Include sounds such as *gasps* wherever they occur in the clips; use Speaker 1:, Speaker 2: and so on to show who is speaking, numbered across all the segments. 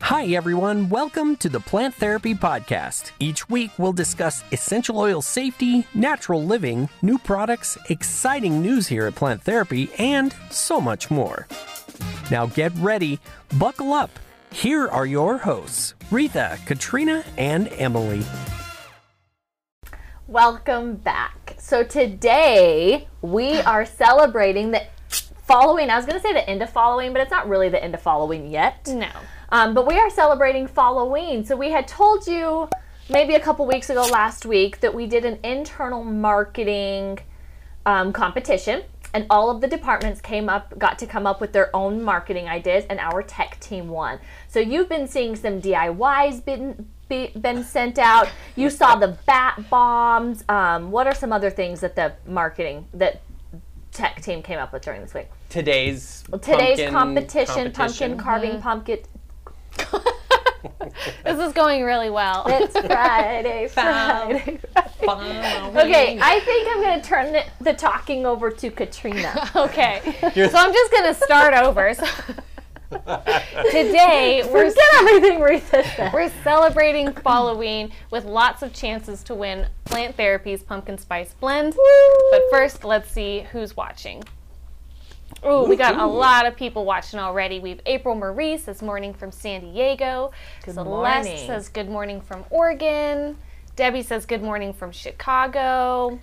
Speaker 1: Hi, everyone. Welcome to the Plant Therapy Podcast. Each week, we'll discuss essential oil safety, natural living, new products, exciting news here at Plant Therapy, and so much more. Now, get ready, buckle up. Here are your hosts, Retha, Katrina, and Emily.
Speaker 2: Welcome back. So today we are celebrating the following. I was going to say the end of following, but it's not really the end of following yet.
Speaker 3: No.
Speaker 2: Um, but we are celebrating Halloween. So we had told you maybe a couple weeks ago last week that we did an internal marketing um, competition, and all of the departments came up, got to come up with their own marketing ideas, and our tech team won. So you've been seeing some DIYs been be, been sent out. You saw the bat bombs. Um, what are some other things that the marketing that tech team came up with during this week?
Speaker 4: today's pumpkin
Speaker 2: Today's competition,
Speaker 4: *laughs*
Speaker 2: pumpkin carving, pumpkin.
Speaker 3: This is going really well.
Speaker 2: It's Friday, Friday.
Speaker 3: *laughs*
Speaker 2: Okay, I think I'm going to turn the, the talking over to Katrina.
Speaker 3: okay. so I'm just going to start over. *laughs* So today we're
Speaker 2: Forget everything Rita said.
Speaker 3: we're celebrating Halloween with lots of chances to win Plant Therapy's pumpkin spice blend. But first, let's see who's watching. Oh, we got a lot of people watching already. We've April Marie says morning from San Diego. Celeste
Speaker 2: morning.
Speaker 3: says good morning from Oregon. Debbie says good morning from Chicago.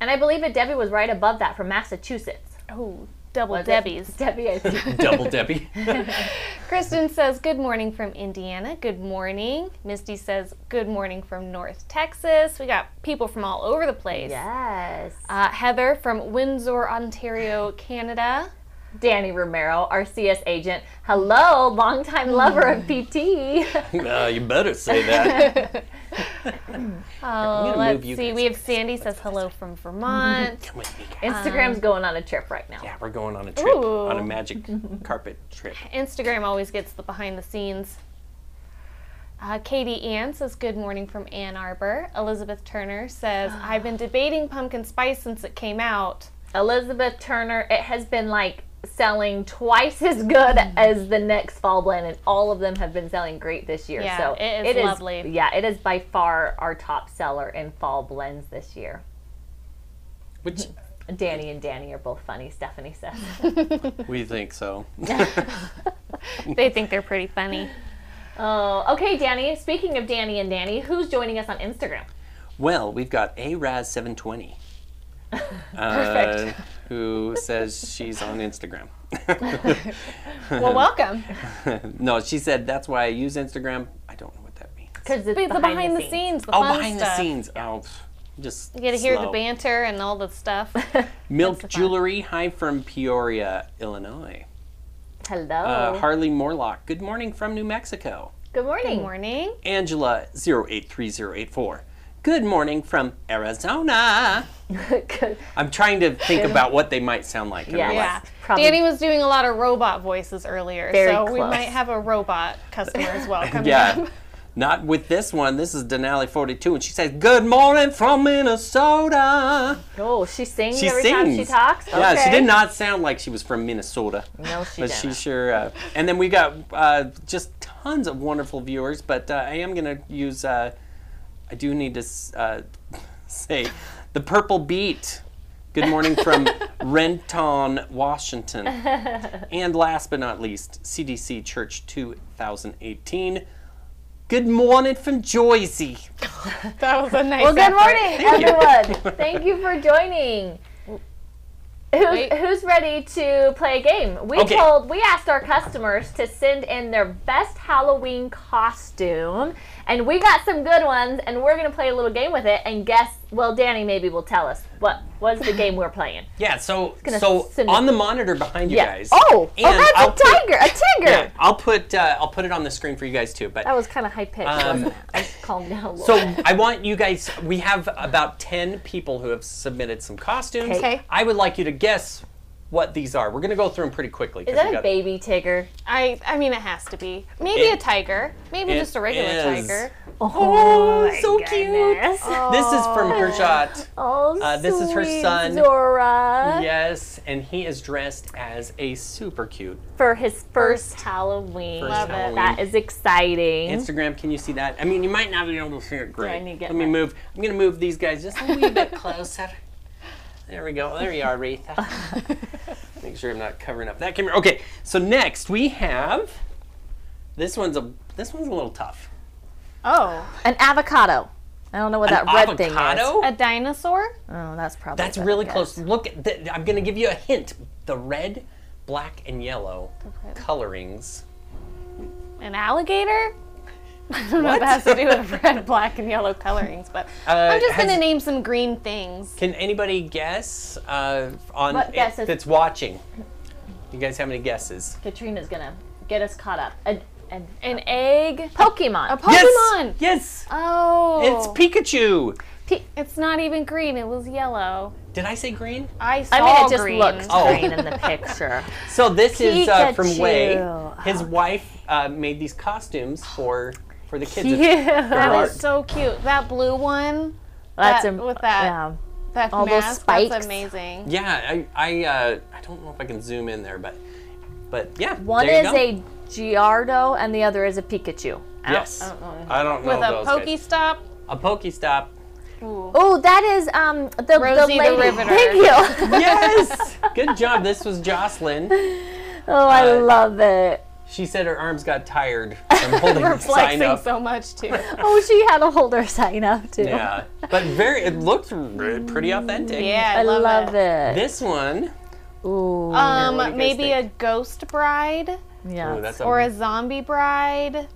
Speaker 2: And I believe that Debbie was right above that from Massachusetts.
Speaker 3: Oh, double
Speaker 2: Was it?
Speaker 3: Debbie's.
Speaker 2: Debbie, I
Speaker 3: *laughs*
Speaker 2: see.
Speaker 4: double
Speaker 2: *laughs*
Speaker 4: Debbie.
Speaker 3: Kristen says, Good morning from Indiana. Good morning. Misty says, Good morning from North Texas. We got people from all over the place.
Speaker 2: yes.
Speaker 3: Uh, Heather from Windsor, Ontario, Canada.
Speaker 2: Danny Romero, our CS agent. Hello, longtime lover of
Speaker 3: Mm. *laughs*
Speaker 2: PT.
Speaker 4: uh, you better say
Speaker 2: *laughs*
Speaker 4: that.
Speaker 3: Oh,
Speaker 4: gonna
Speaker 3: Uh, let's
Speaker 4: move you
Speaker 3: see.
Speaker 4: guys.
Speaker 3: We have Sandy says hello
Speaker 4: *laughs*
Speaker 3: from Vermont.
Speaker 4: Come with me, guys.
Speaker 3: Um,
Speaker 2: Instagram's going on a trip right now.
Speaker 4: Yeah, we're going on a trip, on a magic carpet trip.
Speaker 3: Instagram always gets the behind the scenes. Uh, Katie Ann says, Good morning from Ann Arbor. Elizabeth
Speaker 4: *gasps*
Speaker 3: Turner says, I've been debating pumpkin spice since it came out.
Speaker 2: Elizabeth Turner, it has been like selling twice as good
Speaker 3: Mm.
Speaker 2: as the next fall blend, and all of them have been selling great this year.
Speaker 3: Yeah,
Speaker 2: so
Speaker 3: it is lovely.
Speaker 2: Yeah, it is by far our top seller in fall blends this year.
Speaker 4: Which
Speaker 2: Danny and Danny are both funny, Stephanie says.
Speaker 4: we think so.
Speaker 3: They think they're pretty
Speaker 4: *laughs*
Speaker 3: funny.
Speaker 2: oh, okay, Danny. Speaking of Danny and Danny, who's joining us on Instagram?
Speaker 4: Well, we've got A Raz 720.
Speaker 3: Perfect. *laughs*
Speaker 4: who says she's on Instagram? Uh,
Speaker 3: Well, welcome.
Speaker 4: no, she said that's why I use Instagram. I don't know what that means.
Speaker 2: Because it's
Speaker 3: It's the behind the scenes, the
Speaker 4: Oh,
Speaker 3: fun
Speaker 4: behind
Speaker 3: stuff.
Speaker 4: the scenes. Oh, pff, just
Speaker 3: You get to hear the
Speaker 4: slow.
Speaker 3: banter and all the stuff.
Speaker 4: Milk
Speaker 3: fun.
Speaker 4: Jewelry, hi from Peoria, Illinois.
Speaker 2: Hello.
Speaker 4: Uh, Harley Morlock, good morning from New Mexico.
Speaker 2: Good morning.
Speaker 3: Good morning.
Speaker 4: Angela 083084. Good morning from Arizona.
Speaker 2: Good-
Speaker 4: I'm trying to think about what they might sound like. in
Speaker 2: Yeah.
Speaker 4: real
Speaker 3: Yeah.
Speaker 4: life.
Speaker 2: probably-
Speaker 3: Danny was doing a lot of robot voices earlier,
Speaker 2: Very
Speaker 3: so we
Speaker 2: close.
Speaker 3: might have a robot customer as well coming
Speaker 4: Yeah.
Speaker 3: up.
Speaker 4: Not with this one. This is Denali 42, and she says, Good morning from Minnesota.
Speaker 2: *laughs* Oh, she sings
Speaker 4: She
Speaker 2: every
Speaker 4: sings.
Speaker 2: time she talks?
Speaker 4: Yeah, she
Speaker 2: Okay.
Speaker 4: did not sound like she was from Minnesota.
Speaker 2: No, she
Speaker 4: but
Speaker 2: didn't.
Speaker 4: she sure. Uh, and then we got uh, just tons of wonderful viewers. But uh, I am gonna use. Uh, I do need to s- uh, *laughs* say the purple beat. Good morning
Speaker 2: *laughs*
Speaker 4: from Renton, Washington. And last but not least, CDC Church 2018. Good morning from Joyce.
Speaker 3: That was a nice.
Speaker 2: Well, good
Speaker 3: effort.
Speaker 2: morning,
Speaker 4: you. *laughs*
Speaker 2: everyone. Thank you for joining. Who's,
Speaker 3: Wait.
Speaker 2: who's ready to play a game? We
Speaker 4: Okay.
Speaker 2: told, we asked our customers to send in their best Halloween costume, and we got some good ones, and we're gonna play a little game with it. And guess, well, Danny maybe will tell us what was the game
Speaker 4: *laughs*
Speaker 2: we're playing.
Speaker 4: Yeah, so
Speaker 2: gonna
Speaker 4: so
Speaker 2: send
Speaker 4: on
Speaker 2: it.
Speaker 4: the monitor behind you guys.
Speaker 2: Oh, oh,
Speaker 4: And
Speaker 2: that's
Speaker 4: I'll
Speaker 2: a
Speaker 4: put-
Speaker 2: tiger, a tiger.
Speaker 4: Yeah, I'll put uh, I'll put it on the screen for you guys too. But
Speaker 2: That was kind of high pitched.
Speaker 4: Um,
Speaker 2: wasn't it? I calm down. A little.
Speaker 4: *laughs* So I want you guys. We have about ten people who have submitted some costumes.
Speaker 2: Okay.
Speaker 3: Okay.
Speaker 4: I would like you to guess what these are. We're going to go through them pretty quickly.
Speaker 2: Is that a baby tigger?
Speaker 3: I I mean it has to be. Maybe
Speaker 4: It-
Speaker 3: a tiger. Maybe
Speaker 4: it
Speaker 3: just a regular
Speaker 4: is.
Speaker 3: tiger.
Speaker 2: Oh,
Speaker 4: my so cute. goodness.
Speaker 2: cute.
Speaker 4: This is from Hershot.
Speaker 2: Oh,
Speaker 4: Uh, this is her
Speaker 2: sweet
Speaker 4: son.
Speaker 2: Zora.
Speaker 4: Yes, and he is dressed as a super cute
Speaker 2: For his first Halloween.
Speaker 4: First
Speaker 2: Love
Speaker 4: Halloween.
Speaker 2: it. That is exciting.
Speaker 4: Instagram. Can you see that? I mean, you might not be able to see it great.
Speaker 2: I need to get
Speaker 4: Let me
Speaker 2: my-
Speaker 4: move. I'm going to move these guys just a wee
Speaker 2: *laughs*
Speaker 4: bit closer. There we go. There you are, Aretha.
Speaker 2: *laughs*
Speaker 4: Make sure I'm not covering up that camera. Okay, so next we have this one's a this one's a little tough.
Speaker 3: Oh,
Speaker 2: An avocado. I don't know what
Speaker 4: An
Speaker 2: that red thing is.
Speaker 4: avocado?
Speaker 3: a dinosaur?
Speaker 2: Oh, that's probably.
Speaker 4: That's
Speaker 2: a better
Speaker 4: really
Speaker 2: guess.
Speaker 4: close. Look, at the, I'm going to give you a hint. The red, black, and yellow colorings.
Speaker 3: An alligator? I don't know if that has to do with red, black, and yellow colorings, but I'm just
Speaker 4: has-
Speaker 3: gonna name some green things.
Speaker 4: Can anybody guess uh, on
Speaker 2: What
Speaker 4: it-
Speaker 2: guesses?
Speaker 4: that's watching? You guys have any guesses?
Speaker 2: Katrina's gonna get us caught up. An, an
Speaker 3: An egg?
Speaker 2: Pokemon.
Speaker 3: A Pokemon!
Speaker 4: Yes. It's
Speaker 3: Oh,
Speaker 4: Pikachu.
Speaker 3: it's not even green. It was yellow.
Speaker 4: Did I say green?
Speaker 3: I saw
Speaker 2: I mean, it just
Speaker 3: green.
Speaker 2: looks
Speaker 4: Oh.
Speaker 2: green in the picture.
Speaker 4: So this is uh, from
Speaker 2: Pikachu.
Speaker 4: Way. His wife uh, made these costumes for for the *laughs*
Speaker 2: *laughs*
Speaker 4: kids.
Speaker 2: yeah,
Speaker 3: That is so cute. That blue one.
Speaker 2: that's
Speaker 3: that- with that-
Speaker 2: Yeah.
Speaker 3: That
Speaker 2: All those
Speaker 3: mask.
Speaker 2: spikes.
Speaker 3: That's amazing.
Speaker 4: Yeah, I I, uh, I don't know if I can zoom in there, but but yeah.
Speaker 2: One
Speaker 4: there you
Speaker 2: is
Speaker 4: go.
Speaker 2: a Giardo and the other is a Pikachu. Oh.
Speaker 4: yes. I don't, know
Speaker 3: With a
Speaker 4: those
Speaker 3: pokey
Speaker 4: guys.
Speaker 3: stop.
Speaker 4: a Pokestop.
Speaker 3: Ooh.
Speaker 2: Oh, that is um the
Speaker 3: Rosie
Speaker 2: the,
Speaker 3: the
Speaker 2: lady.
Speaker 3: Riveter.
Speaker 4: *laughs*
Speaker 2: Thank you.
Speaker 4: Yes. Good job. This was Jocelyn.
Speaker 2: oh, I
Speaker 4: Uh,
Speaker 2: love it.
Speaker 4: She said her arms got tired from holding the sign
Speaker 3: Flexing
Speaker 4: up.
Speaker 3: so much
Speaker 2: *laughs*
Speaker 3: too.
Speaker 2: Oh, she had a *laughs* holder sign up too.
Speaker 4: Yeah, but very. It looked re- pretty authentic.
Speaker 3: Yeah, I,
Speaker 2: I love,
Speaker 3: it.
Speaker 2: it.
Speaker 4: This one.
Speaker 2: Ooh,
Speaker 4: Here, what do you
Speaker 3: Um,
Speaker 4: guys
Speaker 3: maybe
Speaker 4: think?
Speaker 3: a ghost bride
Speaker 2: yeah.
Speaker 4: Ooh, that's a-
Speaker 3: or a zombie bride.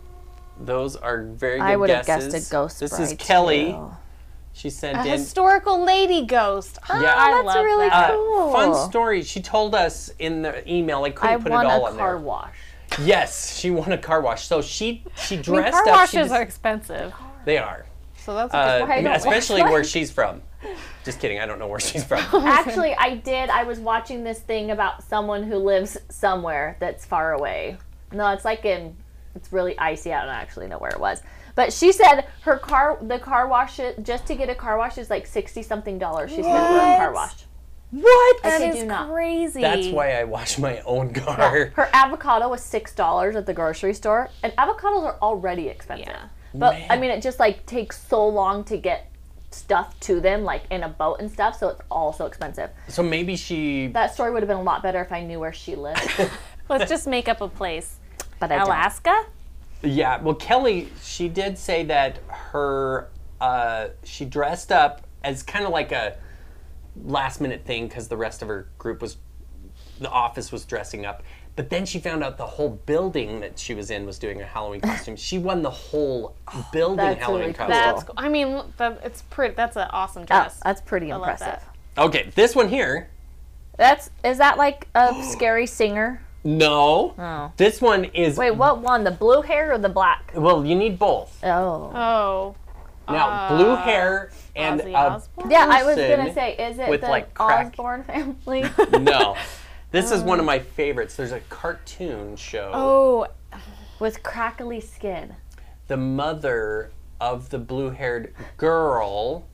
Speaker 4: those are very good
Speaker 2: I would have
Speaker 4: guesses.
Speaker 2: guessed a ghost.
Speaker 4: This is
Speaker 2: bride,
Speaker 4: Kelly.
Speaker 2: too.
Speaker 4: She sent
Speaker 3: A
Speaker 4: in. *laughs*
Speaker 3: historical lady ghost. Oh,
Speaker 4: Yeah.
Speaker 3: I
Speaker 2: that's
Speaker 3: love
Speaker 2: really
Speaker 3: that.
Speaker 4: Uh, Fun
Speaker 2: Cool.
Speaker 4: story. She told us in the email. I couldn't
Speaker 2: I
Speaker 4: put it
Speaker 2: want
Speaker 4: all
Speaker 2: a
Speaker 4: on
Speaker 2: car
Speaker 4: there.
Speaker 2: wash.
Speaker 4: Yes, she won a car wash. So she she
Speaker 3: I mean,
Speaker 4: dressed
Speaker 3: car
Speaker 4: up.
Speaker 3: washes
Speaker 4: she just-
Speaker 3: are expensive,
Speaker 4: They are.
Speaker 3: so that's
Speaker 4: Uh,
Speaker 3: a good
Speaker 4: yeah,
Speaker 3: one.
Speaker 4: especially where she's from. Just kidding. I don't know where she's
Speaker 2: *laughs*
Speaker 4: from.
Speaker 2: *laughs* Actually, I did. I was watching this thing about someone who lives somewhere that's far away. No, it's like in. It's really icy. I don't actually know where it was, but she said her car, the car wash, just to get a car wash is like sixty something dollars. She spent on a car wash.
Speaker 4: What?
Speaker 2: I
Speaker 3: That
Speaker 2: kid
Speaker 3: is
Speaker 2: you not.
Speaker 3: crazy.
Speaker 4: That's
Speaker 2: *laughs*
Speaker 4: why I wash my own car.
Speaker 2: Her avocado was six dollars at the grocery store, and avocados are already expensive.
Speaker 3: Yeah.
Speaker 2: But I
Speaker 4: Man.
Speaker 2: mean, it just like takes so long to get stuff to them, like in a boat and stuff. So it's all so expensive.
Speaker 4: So maybe she.
Speaker 2: That story would have been a lot better if I knew where she lived.
Speaker 3: Let's just make up
Speaker 4: *laughs*
Speaker 3: a place.
Speaker 2: But I don't.
Speaker 3: Alaska.
Speaker 4: Yeah, well, Kelly, she did say that her uh, she dressed up as kind of like a last minute thing because the rest of her group was the office was dressing up. But then she found out the whole building that she was in was doing a Halloween costume. she won the whole building
Speaker 2: That's
Speaker 4: Halloween
Speaker 2: really cool.
Speaker 4: costume.
Speaker 3: That's. Cool. I mean, look, that, it's pretty. That's an awesome
Speaker 2: Oh,
Speaker 3: dress.
Speaker 2: that's pretty
Speaker 3: love
Speaker 2: impressive.
Speaker 3: that.
Speaker 4: Okay, this one here.
Speaker 2: That's is that like a scary singer?
Speaker 4: No. This one is
Speaker 2: Wait, what one? The blue hair or the black?
Speaker 4: well, you need both.
Speaker 2: Oh,
Speaker 3: oh,
Speaker 4: Now, blue hair and
Speaker 3: Ozzy
Speaker 4: uh,
Speaker 3: Osbourne.
Speaker 2: yeah. I was
Speaker 4: person
Speaker 2: gonna say, is it
Speaker 4: with,
Speaker 2: the
Speaker 4: like, crack.
Speaker 2: Osborne family?
Speaker 4: *laughs* no. This is one of my favorites. There's a cartoon show.
Speaker 3: Oh,
Speaker 2: with crackly skin.
Speaker 4: the mother of the blue-haired girl.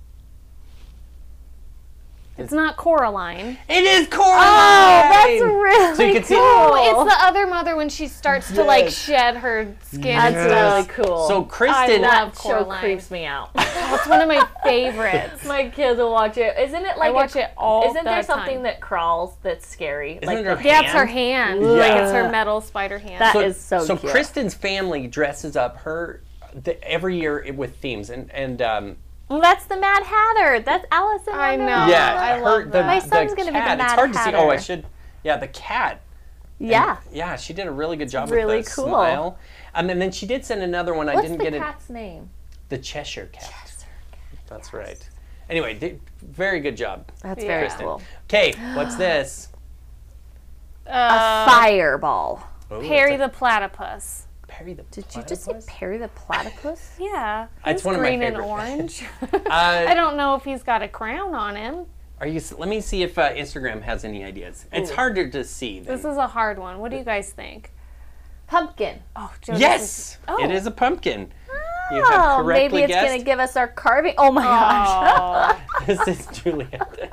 Speaker 3: it's not Coraline.
Speaker 4: It is Coraline.
Speaker 2: Oh, That's really
Speaker 4: so you can see.
Speaker 2: cool.
Speaker 3: Oh, It's the other mother when she starts to like
Speaker 4: Yes.
Speaker 3: shed her skin.
Speaker 2: That's
Speaker 3: and stuff.
Speaker 2: really cool.
Speaker 4: So Kristen, *laughs*
Speaker 3: I love-
Speaker 2: that show
Speaker 3: Coraline.
Speaker 2: creeps me *laughs* out.
Speaker 3: That's one of my *laughs* favorites.
Speaker 2: My kids will watch it. Isn't it like
Speaker 3: I watch
Speaker 2: a,
Speaker 3: it all.
Speaker 2: Isn't
Speaker 3: the
Speaker 2: there something
Speaker 3: time.
Speaker 2: that crawls that's scary?
Speaker 4: Isn't
Speaker 2: like
Speaker 4: there
Speaker 2: the-
Speaker 4: a
Speaker 3: Yeah, it's her hand. Like it's her
Speaker 2: Ugh.
Speaker 3: metal spider hand.
Speaker 2: That-
Speaker 4: so,
Speaker 2: is so
Speaker 4: so
Speaker 2: cute.
Speaker 4: Kristen's family dresses up her the, every year with themes and and um,
Speaker 2: Well, that's the Mad Hatter. That's Alice in
Speaker 3: I
Speaker 2: Wonderland.
Speaker 3: know.
Speaker 4: yeah,
Speaker 3: I
Speaker 4: her,
Speaker 3: love
Speaker 4: the,
Speaker 3: that. My
Speaker 4: the
Speaker 2: son's gonna be the
Speaker 4: cat. It's
Speaker 2: Mad
Speaker 4: hard to see. Oh, I
Speaker 2: Hatter.
Speaker 4: should. Yeah, the cat.
Speaker 2: Yeah.
Speaker 4: Yeah, she did a really good job
Speaker 2: Really
Speaker 4: with the
Speaker 2: cool.
Speaker 4: smile. Um, and then she did send another one. I
Speaker 2: What's
Speaker 4: didn't
Speaker 2: the
Speaker 4: get it.
Speaker 2: cat's name?
Speaker 4: The Cheshire Cat. That's right. Anyway, th- very good job.
Speaker 2: That's
Speaker 3: Yeah.
Speaker 2: very
Speaker 3: Kristen.
Speaker 2: cool.
Speaker 4: Okay, what's this?
Speaker 2: Um,
Speaker 3: Uh,
Speaker 2: Fireball.
Speaker 4: Oh, that's
Speaker 3: Harry
Speaker 4: a-
Speaker 3: the platypus.
Speaker 4: Perry the
Speaker 2: Did you just say Perry the Platypus?
Speaker 3: Yeah,
Speaker 4: It's
Speaker 3: he's
Speaker 4: one of my
Speaker 3: green and *laughs*
Speaker 4: favorite.
Speaker 3: orange.
Speaker 4: Uh,
Speaker 3: I don't know if he's got a crown on him.
Speaker 4: Are you? Let me see if uh, Instagram has any ideas. It's harder to see. Than,
Speaker 3: This is a hard one. What do you guys think?
Speaker 2: Pumpkin.
Speaker 3: Oh, Jonas *laughs* is-
Speaker 4: yes,
Speaker 3: Oh.
Speaker 4: it is a pumpkin. *laughs* You have
Speaker 2: Oh, maybe
Speaker 4: correctly
Speaker 2: it's
Speaker 4: guessed.
Speaker 2: gonna give us our carving. Oh my gosh.
Speaker 3: Oh,
Speaker 4: this is Juliet. and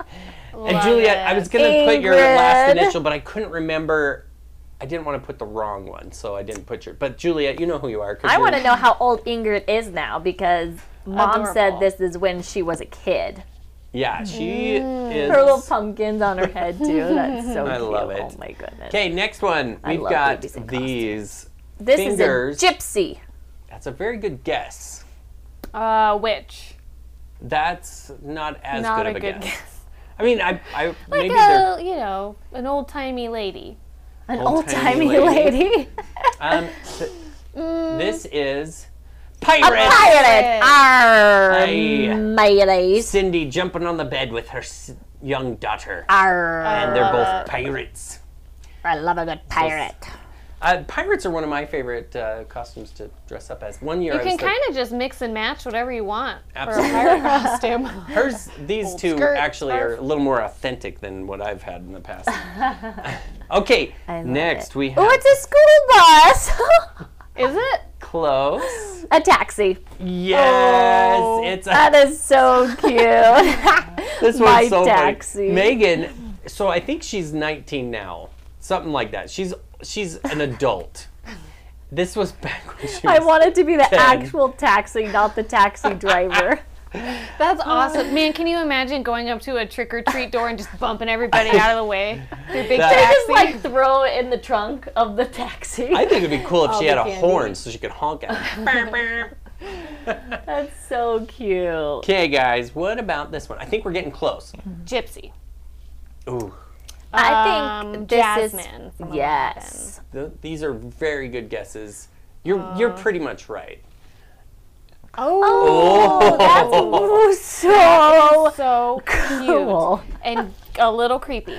Speaker 3: Love
Speaker 4: Juliet, I
Speaker 3: it.
Speaker 4: was going to put your last
Speaker 2: Ingrid.
Speaker 4: initial, but I couldn't remember. I didn't want to put the wrong one, so I didn't put your. But Juliet, you know who you are. 'cause
Speaker 2: I
Speaker 4: you're-
Speaker 2: want to know how old Ingrid is now because mom said
Speaker 3: Adorable.
Speaker 2: this is when she was a kid.
Speaker 4: Yeah, she is.
Speaker 2: Her little pumpkins on her head too. That's
Speaker 4: *laughs*
Speaker 2: so
Speaker 4: I
Speaker 2: cute.
Speaker 4: love it.
Speaker 2: Oh my goodness.
Speaker 4: Okay, next one.
Speaker 2: I
Speaker 4: We've
Speaker 2: love
Speaker 4: got
Speaker 2: babies in costume.
Speaker 4: these.
Speaker 2: this
Speaker 4: fingers.
Speaker 2: is a gypsy.
Speaker 4: That's a very good guess.
Speaker 3: *laughs* uh, which?
Speaker 4: That's not as
Speaker 3: Not
Speaker 4: good
Speaker 3: a
Speaker 4: of a,
Speaker 3: good
Speaker 4: guess.
Speaker 3: guess.
Speaker 4: I mean, I, I maybe
Speaker 3: Like
Speaker 4: they're.
Speaker 3: a, you know, an old timey lady.
Speaker 2: An old
Speaker 4: Old-timey
Speaker 2: timey lady. Mm.
Speaker 4: Um, th- this is pirate.
Speaker 2: Pirate. Arr.
Speaker 4: Aye.
Speaker 2: Mayonnaise.
Speaker 4: Cindy jumping on the bed with her s- young daughter,
Speaker 2: Arr.
Speaker 4: and they're
Speaker 2: Uh,
Speaker 4: both pirates.
Speaker 2: I love a good pirate.
Speaker 4: Uh, pirates are one of my favorite uh, costumes to dress up as. One year
Speaker 3: You
Speaker 4: I
Speaker 3: can
Speaker 4: was
Speaker 3: kind of just mix and match whatever you want
Speaker 4: Absolutely.
Speaker 3: for a pirate costume.
Speaker 4: the, hers. These two
Speaker 3: skirt,
Speaker 4: actually are
Speaker 3: scarf.
Speaker 4: a little more authentic than what I've had in the
Speaker 2: *laughs*
Speaker 4: past. okay,
Speaker 2: love
Speaker 4: next
Speaker 2: it.
Speaker 4: we
Speaker 2: Oh,
Speaker 4: have
Speaker 2: it's a school bus.
Speaker 3: *laughs*
Speaker 2: *laughs*
Speaker 3: Is it?
Speaker 4: close.
Speaker 2: *gasps* a taxi.
Speaker 4: Yes, it's a
Speaker 2: Oh, That is
Speaker 4: *laughs*
Speaker 2: so cute.
Speaker 4: This
Speaker 2: My
Speaker 4: one's so funny.
Speaker 2: taxi.
Speaker 4: Megan, so I think she's 19 now, something like that. She's she's an adult. this was back when she was.
Speaker 2: I wanted to be the
Speaker 4: Ten.
Speaker 2: actual taxi, not
Speaker 4: *laughs*
Speaker 2: the taxi driver.
Speaker 3: That's awesome. Man, can you imagine going up to a trick or treat door and just bumping
Speaker 4: *laughs*
Speaker 3: everybody out of the way? Your big
Speaker 4: That-
Speaker 2: just
Speaker 3: taxi.
Speaker 2: like throw it in the trunk of the taxi.
Speaker 4: I think it'd be cool if she had a
Speaker 3: candy.
Speaker 4: horn so she could honk at.
Speaker 2: That's so cute.
Speaker 4: okay, guys, what about this one? I think we're getting close.
Speaker 3: Gypsy.
Speaker 4: Ooh,
Speaker 2: I think
Speaker 3: Um,
Speaker 2: this
Speaker 3: Jasmine
Speaker 2: is
Speaker 3: from Eleven.
Speaker 2: yes.
Speaker 4: th- these are very good guesses. You're you're
Speaker 2: Uh.
Speaker 4: pretty much right.
Speaker 3: Oh,
Speaker 4: Oh,
Speaker 2: That's ooh, so
Speaker 3: so cute
Speaker 2: cool.
Speaker 3: and a little creepy.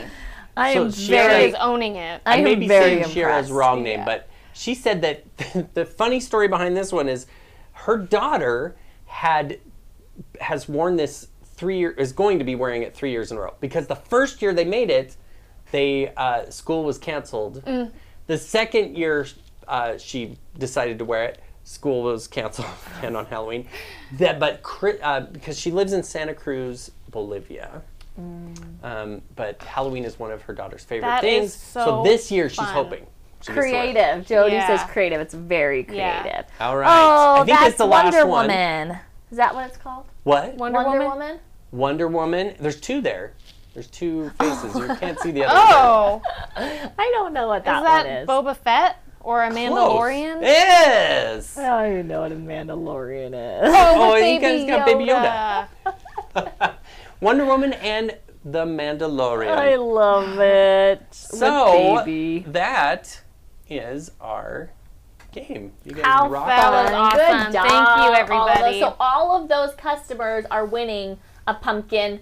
Speaker 2: I
Speaker 4: So
Speaker 2: am
Speaker 4: she
Speaker 2: very.
Speaker 4: already-
Speaker 3: She's owning it.
Speaker 2: I
Speaker 4: I may
Speaker 2: am
Speaker 4: be
Speaker 2: very
Speaker 4: saying Cheryl's
Speaker 2: impressed.
Speaker 4: wrong name, but she said that *laughs* the funny story behind this one is her daughter had has worn this three year is going to be wearing it three years in a row because the first year they made it, they uh, school was canceled. The second year uh, she decided to wear it. School was canceled *laughs* and on Halloween. That, but Chri- uh, because she lives in Santa Cruz, Bolivia, um, but Halloween is one of her daughter's favorite
Speaker 3: That
Speaker 4: things.
Speaker 3: is so
Speaker 4: this year she's
Speaker 3: fun.
Speaker 4: hoping. she gets to wear it.
Speaker 2: Creative. Jody
Speaker 3: Yeah.
Speaker 2: says creative. It's very creative.
Speaker 3: Yeah.
Speaker 4: All right.
Speaker 2: Oh,
Speaker 4: I think
Speaker 2: that's
Speaker 4: it's the last
Speaker 2: Wonder
Speaker 4: one.
Speaker 2: Woman. Is that what it's called?
Speaker 4: What?
Speaker 3: Wonder,
Speaker 2: Wonder,
Speaker 3: Woman.
Speaker 2: Woman.
Speaker 4: Wonder Woman. There's two there. There's
Speaker 2: *laughs*
Speaker 4: two faces. You can't see the other.
Speaker 3: Oh,
Speaker 2: I don't know what that,
Speaker 3: is that
Speaker 2: one is.
Speaker 3: Boba Fett or a
Speaker 4: one.
Speaker 3: Mandalorian?
Speaker 4: Close. Yes.
Speaker 2: I don't even know what a Mandalorian is.
Speaker 4: Oh,
Speaker 3: with
Speaker 4: you guys got Baby Yoda. Wonder Woman and the Mandalorian.
Speaker 2: I
Speaker 3: *laughs*
Speaker 2: love it.
Speaker 4: so
Speaker 2: the baby.
Speaker 4: that is our game. You guys
Speaker 2: How
Speaker 4: rock.
Speaker 3: That was
Speaker 2: fun.
Speaker 3: awesome.
Speaker 2: Good
Speaker 3: Thank you,
Speaker 2: job, all of those.
Speaker 3: everybody.
Speaker 2: So all of those customers are winning a pumpkin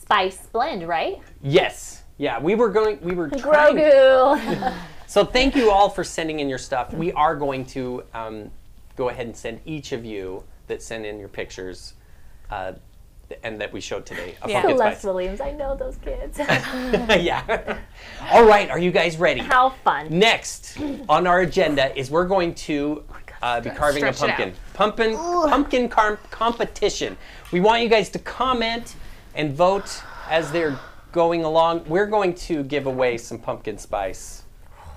Speaker 2: spice blend, right?
Speaker 4: Yes. Yeah, we were going. We were trying.
Speaker 2: Grogu. *laughs*
Speaker 4: So thank you all for sending in your stuff. We are going to um, go ahead and send each of you that sent in your pictures uh, th- and that we showed today. A
Speaker 3: Yeah.
Speaker 4: pumpkin
Speaker 2: Les
Speaker 4: spice.
Speaker 2: Williams. I know those kids.
Speaker 4: *laughs*
Speaker 2: *laughs*
Speaker 4: yeah. all right. Are you guys ready?
Speaker 2: How fun.
Speaker 4: Next on our agenda is we're going to
Speaker 3: Oh
Speaker 4: uh, be carving a
Speaker 3: Stretch it
Speaker 4: pumpkin. Pumpkin pumpkin car- competition. We want you guys to comment and vote as they're going along. We're going to give away some pumpkin spice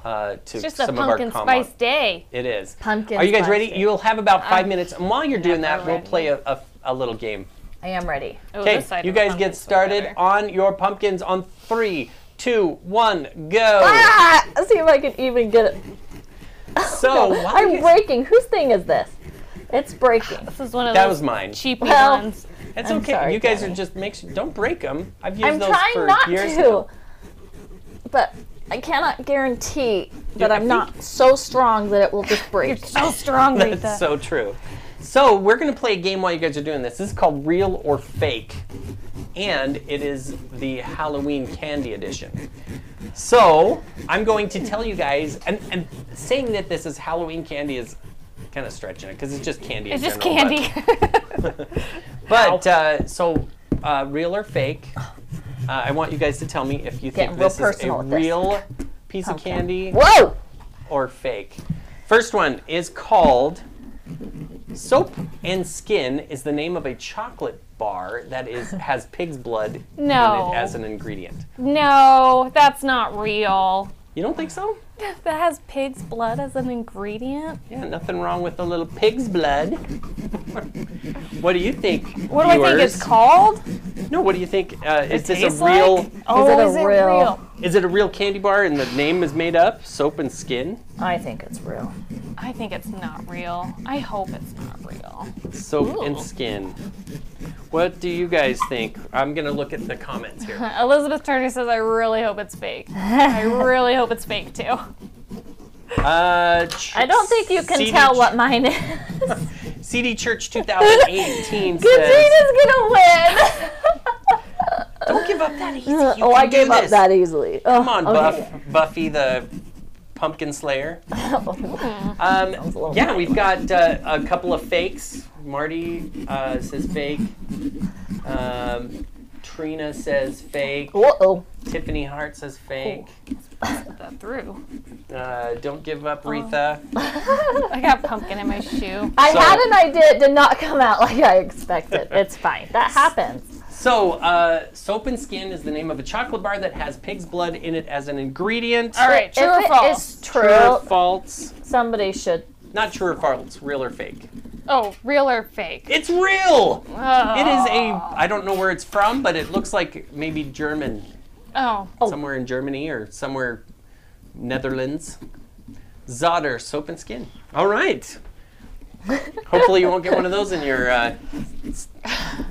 Speaker 4: uh, to
Speaker 3: Just a
Speaker 4: some of our
Speaker 3: pumpkin
Speaker 4: com-
Speaker 3: spice day.
Speaker 4: It is.
Speaker 2: Pumpkin
Speaker 4: Are you guys
Speaker 2: spice
Speaker 4: ready?
Speaker 2: day.
Speaker 4: You'll have about 5 minutes, and while you're doing that,
Speaker 3: never
Speaker 4: we'll
Speaker 3: ready.
Speaker 4: play a, a, a little game.
Speaker 2: I am ready.
Speaker 3: Oh,
Speaker 4: Okay,
Speaker 3: this side
Speaker 4: you
Speaker 3: of the
Speaker 4: guys get
Speaker 3: pumpkin's
Speaker 4: started
Speaker 3: better.
Speaker 4: on your pumpkins on three, two, one, go.
Speaker 2: Ah, let's see if I can even get it. *laughs*
Speaker 4: So why don't
Speaker 2: I'm
Speaker 4: you-
Speaker 2: breaking. Whose thing is this? It's breaking.
Speaker 3: This is one of
Speaker 4: That
Speaker 3: those
Speaker 4: was mine.
Speaker 3: cheapy
Speaker 2: Well,
Speaker 3: ones.
Speaker 4: It's
Speaker 2: I'm
Speaker 4: okay.
Speaker 2: sorry,
Speaker 4: you guys
Speaker 2: Danny.
Speaker 4: are just make sure don't break them. I've used
Speaker 2: I'm
Speaker 4: those for
Speaker 2: trying not
Speaker 4: years.
Speaker 2: to,
Speaker 4: now.
Speaker 2: but I cannot guarantee that
Speaker 4: Yeah, I
Speaker 2: I'm not so strong that it
Speaker 4: *laughs*
Speaker 2: will just break.
Speaker 3: So strong, Rita.
Speaker 4: That's so true. So we're gonna play a game while you guys are doing this. This is called Real or Fake, and it is the Halloween candy edition. So I'm going to tell you guys, and, and saying that this is Halloween candy is kind of stretching it because it's just candy.
Speaker 3: it's
Speaker 4: in
Speaker 3: just
Speaker 4: general, but- *laughs*
Speaker 3: candy. *laughs*
Speaker 4: But uh, so, uh, real or fake? Uh, I want you guys to tell me if you think
Speaker 2: Getting real
Speaker 4: this is
Speaker 2: personal
Speaker 4: a
Speaker 2: with this.
Speaker 4: real piece of
Speaker 2: Pumpkin.
Speaker 4: candy
Speaker 2: *laughs* Whoa!
Speaker 4: or fake. First one is called Soap and Skin is the name of a chocolate bar that
Speaker 3: *laughs*
Speaker 4: is has pig's blood
Speaker 3: No.
Speaker 4: in it as an ingredient.
Speaker 3: No, that's not real.
Speaker 4: You don't think so?
Speaker 3: That has pig's blood as an ingredient.
Speaker 4: Yeah, nothing wrong with a little pig's blood. *laughs* what do you think?
Speaker 3: What do I think it's called?
Speaker 4: No, what do you think? Uh, is this
Speaker 3: tastes
Speaker 4: a real?
Speaker 3: like? Oh,
Speaker 2: it a
Speaker 3: is it
Speaker 2: real-
Speaker 3: real?
Speaker 4: Is it a real candy bar and the name is made up? Soap and Skin.
Speaker 2: I think it's real.
Speaker 3: I think it's not real. I hope it's not real.
Speaker 4: Soap and Skin. What do you guys think? I'm gonna look at the comments
Speaker 3: *laughs*
Speaker 4: here.
Speaker 3: Elizabeth Turner says, I really hope it's fake.
Speaker 4: *laughs*
Speaker 3: I really hope it's fake too.
Speaker 4: Uh, ch-
Speaker 2: I don't think you can
Speaker 4: CD
Speaker 2: tell what mine is.
Speaker 4: *laughs*
Speaker 2: *laughs*
Speaker 4: CD Church 2018 says,
Speaker 2: Katrina's gonna
Speaker 4: *laughs*
Speaker 2: win.
Speaker 4: "Don't give up that easy. You
Speaker 2: *laughs* oh,
Speaker 4: can
Speaker 2: I gave
Speaker 4: do
Speaker 2: up
Speaker 4: this.
Speaker 2: that easily. Oh,
Speaker 4: Come on,
Speaker 2: okay. *laughs*
Speaker 4: Buff, Buffy the Pumpkin Slayer." Um,
Speaker 2: little
Speaker 4: yeah, we've got uh, a couple of fakes. Marty uh, says fake. Um, Trina says fake.
Speaker 2: *laughs* Whoa.
Speaker 4: Tiffany Hart says fake.
Speaker 3: Put that through.
Speaker 4: Uh, don't give up, Retha.
Speaker 3: I got pumpkin in my shoe.
Speaker 2: I
Speaker 4: So-
Speaker 2: had an idea. It did not come out *laughs* like I expected. It's fine.
Speaker 4: *laughs*
Speaker 2: That happens.
Speaker 4: So, uh, Soap and Skin is the name of a chocolate bar that has pig's blood in it as an ingredient.
Speaker 3: All right, true or
Speaker 2: if
Speaker 3: false?
Speaker 2: It's true.
Speaker 4: True or false?
Speaker 2: Somebody should.
Speaker 4: Not true or false, real or fake.
Speaker 3: Oh, real or fake?
Speaker 4: It's real!
Speaker 3: Oh.
Speaker 4: It is a, I don't know where it's from, but it looks like maybe German,
Speaker 3: Oh,
Speaker 4: somewhere in Germany or somewhere Netherlands. Zotter, Soap and Skin. All right. Hopefully, you won't get one of those in your uh, s-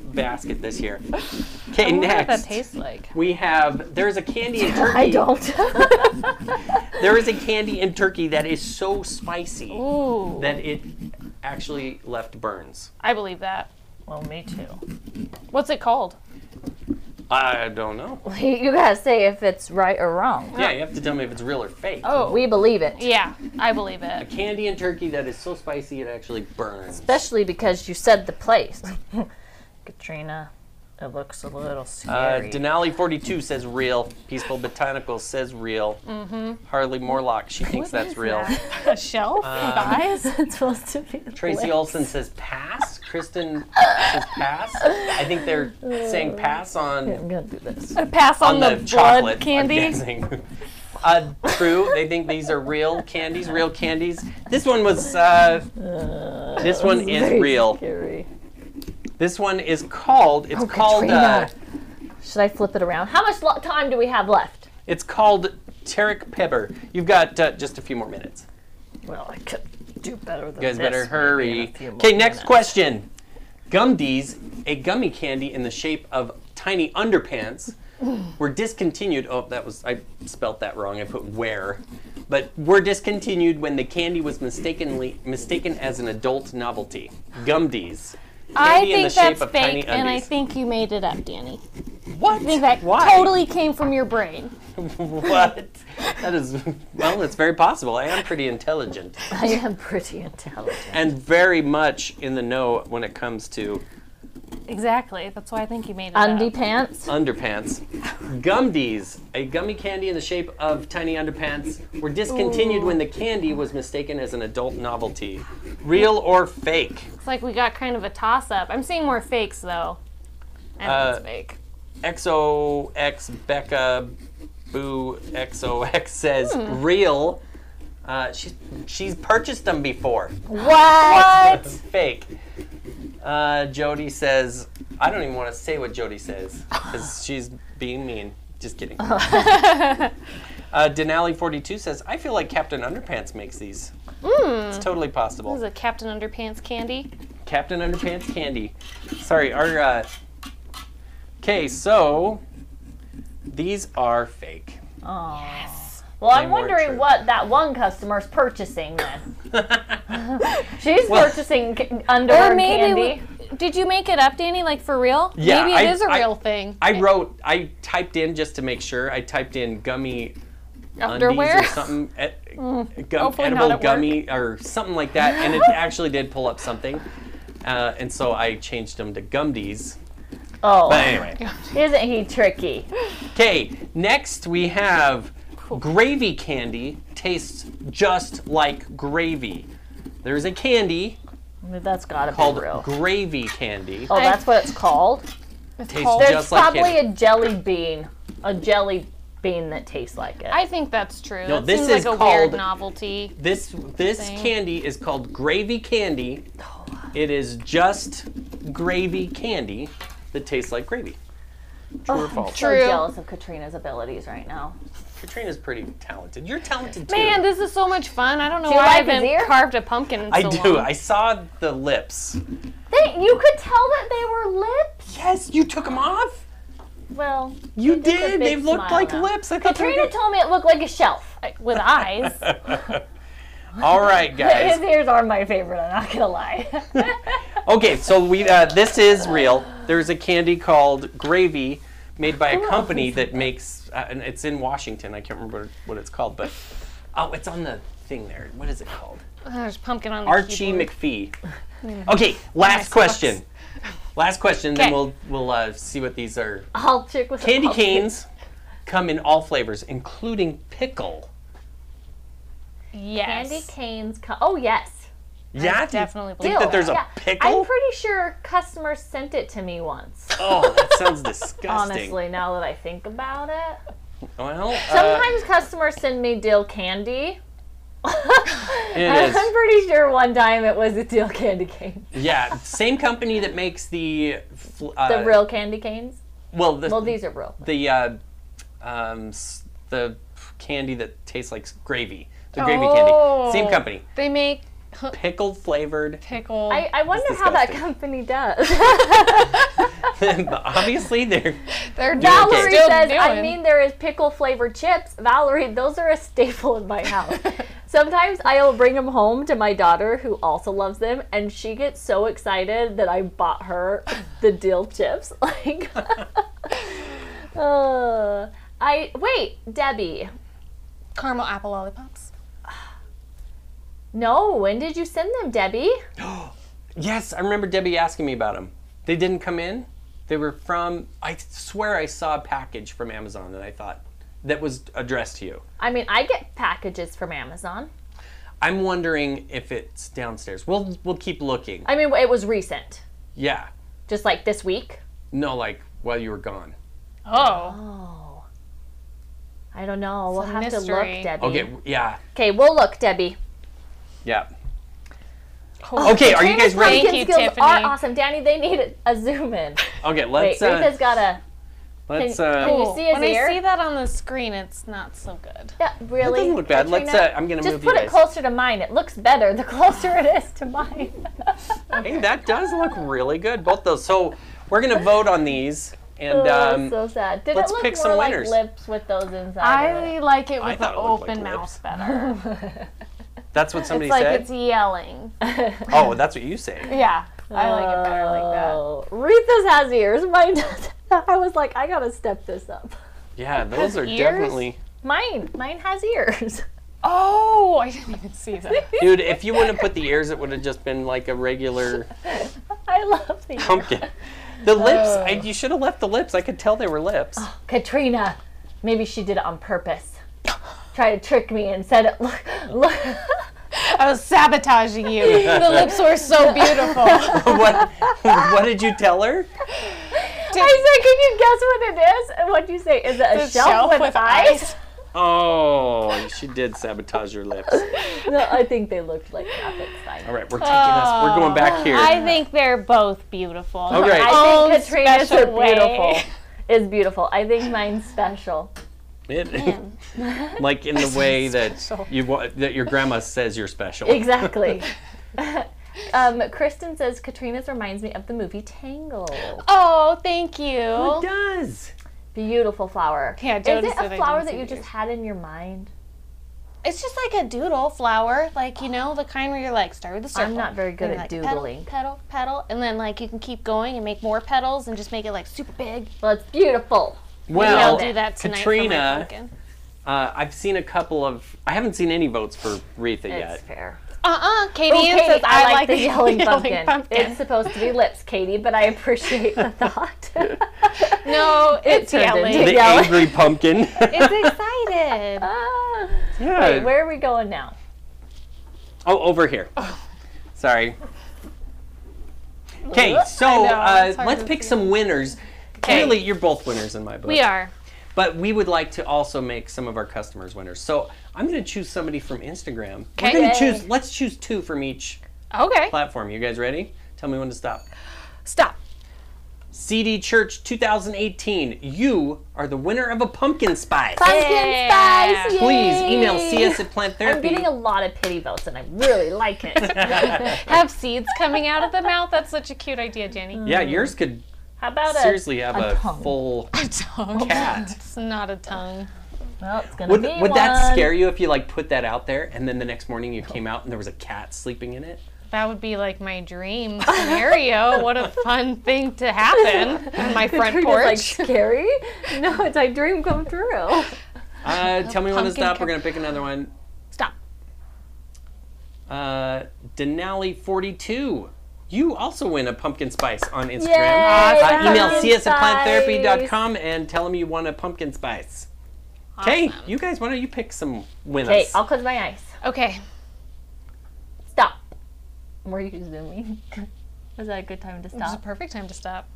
Speaker 4: basket this year. Okay,
Speaker 3: what does that
Speaker 4: next.
Speaker 3: taste like?
Speaker 4: We have there's a candy in turkey.
Speaker 2: I don't. *laughs*
Speaker 4: There is a candy in turkey that is so spicy
Speaker 3: Ooh,
Speaker 4: that it actually left burns.
Speaker 3: I believe that.
Speaker 2: well, me too.
Speaker 3: What's it called?
Speaker 4: I don't know.
Speaker 2: *laughs* You gotta say if it's right or wrong.
Speaker 4: Yeah, you have to tell me if it's real or fake.
Speaker 3: Oh,
Speaker 2: We believe it,
Speaker 3: yeah, I believe
Speaker 4: A
Speaker 3: it.
Speaker 4: candy in turkey that is so spicy it actually burns.
Speaker 2: especially because you said the place. *laughs* Katrina, it looks a little
Speaker 4: Uh,
Speaker 2: scary.
Speaker 4: Denali42 says real. Peaceful Botanicals says real.
Speaker 3: Mm-hmm.
Speaker 4: Harley Morlock, she thinks that's real.
Speaker 2: *laughs*
Speaker 3: A shelf?
Speaker 4: Uh,
Speaker 3: Guys?
Speaker 2: it's supposed to be. the
Speaker 4: Tracy
Speaker 2: place.
Speaker 4: Olson says pass.
Speaker 3: *laughs*
Speaker 4: Kristen says pass. I think they're saying pass on
Speaker 2: I'm gonna do this.
Speaker 3: A pass on,
Speaker 4: on
Speaker 3: the,
Speaker 4: the, chocolate
Speaker 3: blood
Speaker 4: I'm
Speaker 3: candy?
Speaker 4: guessing. uh, true. They think these are real candies. Real candies. This one was. Uh, this
Speaker 3: Uh,
Speaker 4: one
Speaker 3: *laughs*
Speaker 4: is
Speaker 2: Very
Speaker 4: real.
Speaker 2: Scary.
Speaker 4: This one is called.
Speaker 3: Oh,
Speaker 4: It's called. Uh,
Speaker 2: Should I flip it around? How much lo- time do we have left?
Speaker 4: it's called Tarek Pepper. You've got uh, just a few more minutes.
Speaker 2: Well, I could do better than
Speaker 4: You guys better hurry.
Speaker 2: few more
Speaker 4: Okay, next
Speaker 2: minutes.
Speaker 4: question. Gumdies, a gummy candy in the shape of tiny
Speaker 3: *sighs*
Speaker 4: underpants, were discontinued. Oh, that was I spelt that wrong. I put where, but were discontinued when the candy was mistakenly mistaken as an adult novelty. Gumdies.
Speaker 3: I
Speaker 4: Candy in the
Speaker 3: think
Speaker 4: shape
Speaker 3: that's
Speaker 4: of tiny
Speaker 3: fake, and I
Speaker 4: undies.
Speaker 3: think you made it up, Danny.
Speaker 4: What?
Speaker 3: I think that
Speaker 4: Why?
Speaker 3: totally came from your brain.
Speaker 4: *laughs* What? That is well. It's very possible. I am pretty intelligent
Speaker 2: I *laughs* am pretty intelligent.
Speaker 4: and very much in the know when it comes to
Speaker 3: Exactly. That's why I think you made
Speaker 2: *laughs*
Speaker 3: it
Speaker 2: Undy
Speaker 3: up.
Speaker 4: *laughs*
Speaker 2: pants.
Speaker 4: underpants. Gumdies, a gummy candy in the shape of tiny underpants, were discontinued when the candy was mistaken as an adult novelty. Real or fake?
Speaker 3: It's like we got kind of a toss up. I'm seeing more fakes though. I think
Speaker 4: Uh,
Speaker 3: it's fake.
Speaker 4: XOX Becca Boo XOX says real. Uh, she, she's purchased them before.
Speaker 2: What?
Speaker 4: Fake. Uh, Jody says, I don't even want to say what Jody says
Speaker 3: *laughs*
Speaker 4: because she's being mean. Just kidding. uh, Denali42 says, I feel like Captain Underpants makes these. It's totally possible.
Speaker 3: Hmm. This is a Captain Underpants candy.
Speaker 4: Captain Underpants candy. Sorry, our. Uh... Okay, so these are fake. *laughs*
Speaker 2: Well, I'm
Speaker 4: Name more
Speaker 2: wondering
Speaker 4: true.
Speaker 2: what that one customer's purchasing then. She's
Speaker 4: Well-
Speaker 2: purchasing ca- underwear
Speaker 3: Or maybe
Speaker 2: candy.
Speaker 3: we- did you make it up, Danny? Like for real?
Speaker 4: Yeah,
Speaker 3: Maybe it
Speaker 4: I-
Speaker 3: is a
Speaker 4: I-
Speaker 3: real thing.
Speaker 4: I
Speaker 3: *laughs*
Speaker 4: wrote, I typed in just to make sure. I typed in gummy
Speaker 3: Underwear. Mm,
Speaker 4: undies or something, e-
Speaker 3: *laughs*
Speaker 4: gum-
Speaker 3: hopefully not
Speaker 4: edible
Speaker 3: at work.
Speaker 4: gummy or something like that,
Speaker 3: *laughs*
Speaker 4: and it actually did pull up something. Uh, and so I changed them to gumdies.
Speaker 2: Oh,
Speaker 4: But anyway.
Speaker 2: isn't he tricky?
Speaker 4: Okay, next we have gravy candy tastes just like gravy. There's a candy
Speaker 2: That's gotta
Speaker 4: called
Speaker 2: be real.
Speaker 4: gravy candy.
Speaker 2: Oh, that's what it's called.
Speaker 4: tastes
Speaker 3: called-
Speaker 2: There's
Speaker 4: just like
Speaker 2: probably
Speaker 4: candy.
Speaker 2: a jelly bean, a jelly bean that tastes like it.
Speaker 3: I think that's true.
Speaker 4: No,
Speaker 3: that
Speaker 4: this
Speaker 3: seems
Speaker 4: is
Speaker 3: like a
Speaker 4: called-
Speaker 3: weird novelty.
Speaker 4: this this
Speaker 3: Thing.
Speaker 4: candy is called gravy candy. It is just gravy candy that tastes like gravy. True or false?
Speaker 2: so
Speaker 3: True.
Speaker 2: jealous of Katrina's abilities right now.
Speaker 4: Katrina's pretty talented. You're talented too.
Speaker 3: Man, this is so much fun. I don't know
Speaker 2: Do you
Speaker 3: why I
Speaker 2: like his
Speaker 3: haven't
Speaker 2: ear?
Speaker 3: carved a pumpkin in so
Speaker 4: I do.
Speaker 3: long.
Speaker 4: I saw the lips.
Speaker 2: They, you could tell that they were lips.
Speaker 4: Yes, you took them off.
Speaker 2: Well,
Speaker 4: You
Speaker 2: They took a
Speaker 4: did.
Speaker 2: big
Speaker 4: They looked
Speaker 2: smile
Speaker 4: like
Speaker 2: now.
Speaker 4: lips. I thought they
Speaker 2: Katrina
Speaker 4: were-
Speaker 2: told me it looked like a shelf.
Speaker 3: I- With
Speaker 4: *laughs*
Speaker 3: eyes.
Speaker 4: All right, guys.
Speaker 2: *laughs* His ears are my favorite. I'm not gonna lie. *laughs*
Speaker 4: Okay, so we uh, this is real. There's a candy called Gravy, made by a company that makes, uh, and it's in Washington. I can't remember what it's called, but oh, it's on the thing there. What is it called?
Speaker 3: There's pumpkin on the
Speaker 4: Archie
Speaker 3: keyboard.
Speaker 4: McPhee. Okay, last
Speaker 3: sucks.
Speaker 4: question. Last question, then
Speaker 3: Okay.
Speaker 4: we'll we'll uh, see what these are.
Speaker 2: I'll check with
Speaker 4: Candy
Speaker 2: I'll check.
Speaker 4: canes come in all flavors, including pickle.
Speaker 3: Yes.
Speaker 2: Candy canes. Co- oh yes.
Speaker 4: Yeah, do you
Speaker 3: definitely
Speaker 4: think
Speaker 3: believe
Speaker 4: that there's a
Speaker 2: Yeah.
Speaker 4: pickle.
Speaker 2: I'm pretty sure customers sent it to me once.
Speaker 4: oh,
Speaker 2: *laughs*
Speaker 4: that sounds disgusting.
Speaker 2: Honestly, now that I think about it,
Speaker 4: well, uh,
Speaker 2: sometimes customers send me dill candy.
Speaker 4: *laughs* it is.
Speaker 2: I'm pretty sure one time it was a dill candy cane.
Speaker 4: Yeah, same company that makes the fl- uh,
Speaker 2: The real candy canes.
Speaker 4: well the
Speaker 2: Well, these are real.
Speaker 4: the uh, um, s- the candy that tastes like s- gravy. The gravy
Speaker 3: Oh.
Speaker 4: candy, same company,
Speaker 3: They make
Speaker 4: pickle flavored. *laughs*
Speaker 3: pickle.
Speaker 2: I, I wonder how that
Speaker 4: disgusting.
Speaker 2: company does. *laughs*
Speaker 3: *laughs*
Speaker 4: Obviously, they're
Speaker 3: They're
Speaker 4: okay.
Speaker 2: Valerie
Speaker 3: still
Speaker 2: says,
Speaker 3: doing.
Speaker 2: I mean, there is pickle flavored chips. Valerie, those are a staple in my house.
Speaker 3: *laughs*
Speaker 2: Sometimes I'll bring them home to my daughter, who also loves them, and she gets so excited that I bought her the dill chips. *laughs* Like, uh, I wait, Debbie.
Speaker 3: caramel apple lollipops.
Speaker 2: No, when did you send them, Debbie?
Speaker 4: yes. I remember Debbie asking me about them. They didn't come in. They were from. I swear I saw a package from Amazon that I thought that was addressed to you.
Speaker 2: I mean, I get packages from Amazon.
Speaker 4: I'm wondering if it's downstairs. We'll we'll keep looking.
Speaker 2: I mean, it was recent,
Speaker 4: Yeah.
Speaker 2: just like this week.
Speaker 4: No, like while you were gone.
Speaker 3: Oh.
Speaker 2: Oh, I don't know. we'll
Speaker 3: a
Speaker 2: have to
Speaker 3: mystery.
Speaker 2: look, Debbie.
Speaker 4: Okay. Yeah.
Speaker 2: Okay, we'll look, Debbie.
Speaker 4: Yeah. Oh. Okay, are you guys ready?
Speaker 3: Thank
Speaker 2: Kids'
Speaker 3: you,
Speaker 2: skills
Speaker 3: Tiffany.
Speaker 2: are awesome, Danny. They need a, a zoom in.
Speaker 4: Okay,
Speaker 2: Wait,
Speaker 4: let's uh,
Speaker 2: Ruth has got a.
Speaker 4: let's
Speaker 2: can-
Speaker 4: uh
Speaker 2: can you
Speaker 3: Ooh,
Speaker 2: see his
Speaker 3: Oh, when
Speaker 2: ear?
Speaker 3: I see that on the screen, it's not so good.
Speaker 2: Yeah,
Speaker 4: That
Speaker 2: really.
Speaker 4: doesn't look bad. Let's uh
Speaker 2: Katrina?
Speaker 4: I'm gonna
Speaker 2: Just
Speaker 4: move
Speaker 2: put
Speaker 4: you guys.
Speaker 2: it closer to mine. It looks better the *laughs* closer it is to mine.
Speaker 4: *laughs* Hey, that does look really good, both those. So we're gonna vote on these and
Speaker 2: oh,
Speaker 4: um
Speaker 2: so sad. Did
Speaker 4: let's
Speaker 2: it look
Speaker 4: pick
Speaker 2: more
Speaker 4: some
Speaker 2: like
Speaker 4: winners.
Speaker 2: lips with those inside? of it?
Speaker 3: I like it
Speaker 4: I
Speaker 3: with
Speaker 4: thought
Speaker 3: the
Speaker 4: it looked like
Speaker 3: open
Speaker 4: lips. *laughs*
Speaker 3: mouth better.
Speaker 4: that's
Speaker 2: *laughs*
Speaker 4: what somebody
Speaker 3: like
Speaker 4: said.
Speaker 3: it's yelling.
Speaker 4: Oh, that's what you say.
Speaker 3: Yeah. I like it better like that.
Speaker 2: Oh, Ruth's has ears. Mine doesn't. *laughs* I was like, I gotta step this up.
Speaker 4: Yeah, those are
Speaker 3: ears?
Speaker 4: definitely
Speaker 2: Mine, mine has ears.
Speaker 3: Oh, I didn't even see *laughs* that.
Speaker 4: Dude, if you wouldn't have put the ears it would have just been like a regular
Speaker 2: *laughs* I love these.
Speaker 4: pumpkin. The lips, I,
Speaker 2: Oh.
Speaker 4: you should have left the lips. I could tell they were lips. *laughs*
Speaker 2: Katrina, maybe she did it on purpose. Try to trick me and said it. Look, look. *laughs*
Speaker 3: I was sabotaging you. *laughs* the lips
Speaker 2: *laughs*
Speaker 3: were so *laughs* beautiful.
Speaker 4: what what did you tell her?
Speaker 2: I said, can you guess what it is? And what'd you say? Is it a
Speaker 3: The
Speaker 2: shelf, with, eyes?
Speaker 4: Oh, she did sabotage your lips.
Speaker 2: *laughs* no, I think they looked like that. It's fine.
Speaker 4: All right, we're taking us. We're going back here.
Speaker 3: I think they're both beautiful.
Speaker 4: Okay.
Speaker 3: My
Speaker 2: I
Speaker 3: own
Speaker 2: think Katrina's are
Speaker 3: special way.
Speaker 2: beautiful. Is beautiful. I think mine's special.
Speaker 4: It, *laughs* like in the way that you wa- that your grandma says you're special.
Speaker 2: Exactly. *laughs* um, Kristen says Katrina's reminds me of the movie Tangled.
Speaker 3: Oh, thank you.
Speaker 4: does.
Speaker 2: Beautiful flower.
Speaker 3: Yeah, I
Speaker 2: is it
Speaker 3: noticed it. I
Speaker 2: a
Speaker 3: didn't
Speaker 2: flower
Speaker 3: see
Speaker 2: that you
Speaker 3: the
Speaker 2: just
Speaker 3: ears.
Speaker 2: had in your mind?
Speaker 3: It's just like a doodle flower, like you know, the kind where you're like start with a circle.
Speaker 2: I'm not very good
Speaker 3: and
Speaker 2: at
Speaker 3: you're
Speaker 2: doodling.
Speaker 3: Pedal, pedal, pedal, and then like you can keep going and make more petals and just make it like super big.
Speaker 2: Well, it's beautiful.
Speaker 4: Well,
Speaker 3: I'll do that tonight
Speaker 4: Katrina,
Speaker 3: for my pumpkin.
Speaker 4: uh, I've seen a couple of. I haven't seen any votes for Retha
Speaker 2: It's
Speaker 4: yet,
Speaker 2: fair.
Speaker 3: Uh-uh. Katie,
Speaker 2: Ooh,
Speaker 3: Ann
Speaker 2: Katie,
Speaker 3: says I, like,
Speaker 2: the
Speaker 3: *laughs*
Speaker 2: yelling, pumpkin.
Speaker 3: pumpkin.
Speaker 2: It's supposed to be lips, Katie, but I appreciate *laughs* the thought.
Speaker 3: *laughs* no, it's
Speaker 2: turned
Speaker 3: yelling.
Speaker 2: into- *laughs*
Speaker 4: The
Speaker 2: *laughs* Yeah.
Speaker 4: angry pumpkin.
Speaker 3: it's excited. *laughs*
Speaker 2: Ah.
Speaker 4: *laughs* yeah.
Speaker 2: Wait, where are we going now?
Speaker 4: Oh, over here. Sorry. Okay, so
Speaker 3: know,
Speaker 4: uh,
Speaker 3: it's hard
Speaker 4: let's
Speaker 3: to
Speaker 4: pick
Speaker 3: see.
Speaker 4: some winners.
Speaker 3: Okay.
Speaker 4: Really, you're both winners in my book.
Speaker 3: We are.
Speaker 4: But we would like to also make some of our customers winners. So I'm going to choose somebody from Instagram. We're
Speaker 3: Okay.
Speaker 4: going
Speaker 3: Yay.
Speaker 4: to choose. Let's choose two from each
Speaker 3: Okay.
Speaker 4: platform. You guys ready? Tell me when to stop.
Speaker 3: Stop.
Speaker 4: CD Church 2018. You are the winner of a pumpkin spice.
Speaker 2: Pumpkin
Speaker 3: Yeah.
Speaker 2: spice. Yay.
Speaker 4: Please email cs at plant
Speaker 2: I'm
Speaker 4: therapy.
Speaker 2: getting a lot of pity votes, and I really
Speaker 4: *laughs*
Speaker 2: like it.
Speaker 3: Have seeds coming out of the mouth. That's such a cute idea, Jenny.
Speaker 4: *laughs* yeah, yours could
Speaker 2: How about a
Speaker 4: seriously have
Speaker 2: a
Speaker 4: a,
Speaker 2: tongue.
Speaker 4: full
Speaker 3: *laughs* Tongue.
Speaker 4: cat.
Speaker 3: It's not a tongue.
Speaker 2: Well, it's gonna
Speaker 4: Would,
Speaker 2: be
Speaker 4: would
Speaker 2: one.
Speaker 4: that scare you if you like put that out there and then the next morning you came out and there was a cat sleeping in it?
Speaker 3: That would be like my dream scenario. what a fun thing to happen on my front
Speaker 2: Treat it like
Speaker 3: porch.
Speaker 2: scary? No, it's my dream come true.
Speaker 4: Uh, tell me when to
Speaker 3: pumpkin
Speaker 4: stop. We're
Speaker 3: cat.
Speaker 4: gonna pick another one.
Speaker 3: Stop.
Speaker 4: Uh, Denali forty two. You also win a pumpkin spice on Instagram.
Speaker 2: Yay,
Speaker 4: uh,
Speaker 2: pumpkin
Speaker 4: email cs at
Speaker 2: spice.
Speaker 4: planttherapy.com and tell them you want a pumpkin spice. Okay, you guys, why don't you pick some winners?
Speaker 2: Okay,
Speaker 4: *laughs*
Speaker 2: I'll close my eyes.
Speaker 3: Okay.
Speaker 2: Stop. Were you zooming? Was that a good time to
Speaker 3: It's a
Speaker 2: stop?
Speaker 3: perfect time to stop.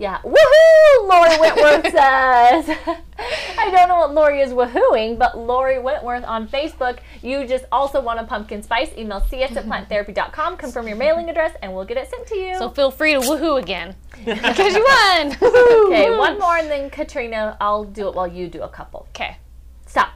Speaker 2: Yeah. Woohoo! Lori Wentworth says. *laughs* I don't know what Lori is woohooing, but Lori Wentworth on Facebook. You just also want a pumpkin spice. Email cs at planttherapy.com. Confirm your mailing address, and we'll get it sent to you.
Speaker 3: So feel free to woohoo again. Because you won.
Speaker 2: okay, one more, and then Katrina, I'll do it while you do a couple.
Speaker 3: Okay.
Speaker 2: Stop.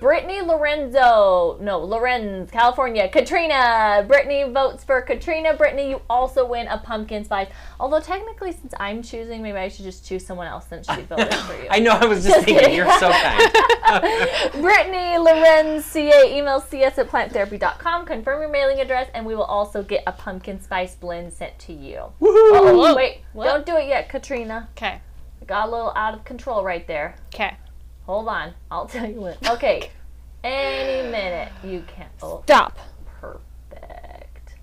Speaker 2: Brittany Lorenzo, no, Lorenz, California. Katrina. Brittany votes for Katrina. Brittany, you also win a pumpkin spice. Although technically, since I'm choosing, maybe I should just choose someone else since she voted for you.
Speaker 4: I know, I was just thinking,
Speaker 2: kidding.
Speaker 4: you're so kind.
Speaker 2: *laughs* Brittany Lorenz, CA, email cs at planttherapy.com. Confirm your mailing address, and we will also get a pumpkin spice blend sent to you.
Speaker 4: Woohoo!
Speaker 2: Oh, wait,
Speaker 3: What?
Speaker 2: don't do it yet, Katrina.
Speaker 3: Okay.
Speaker 2: Got a little out of control right there.
Speaker 3: Okay.
Speaker 2: Hold on. I'll *laughs* tell you when. Okay. Any minute you can. Oh,
Speaker 3: Stop.
Speaker 2: perfect.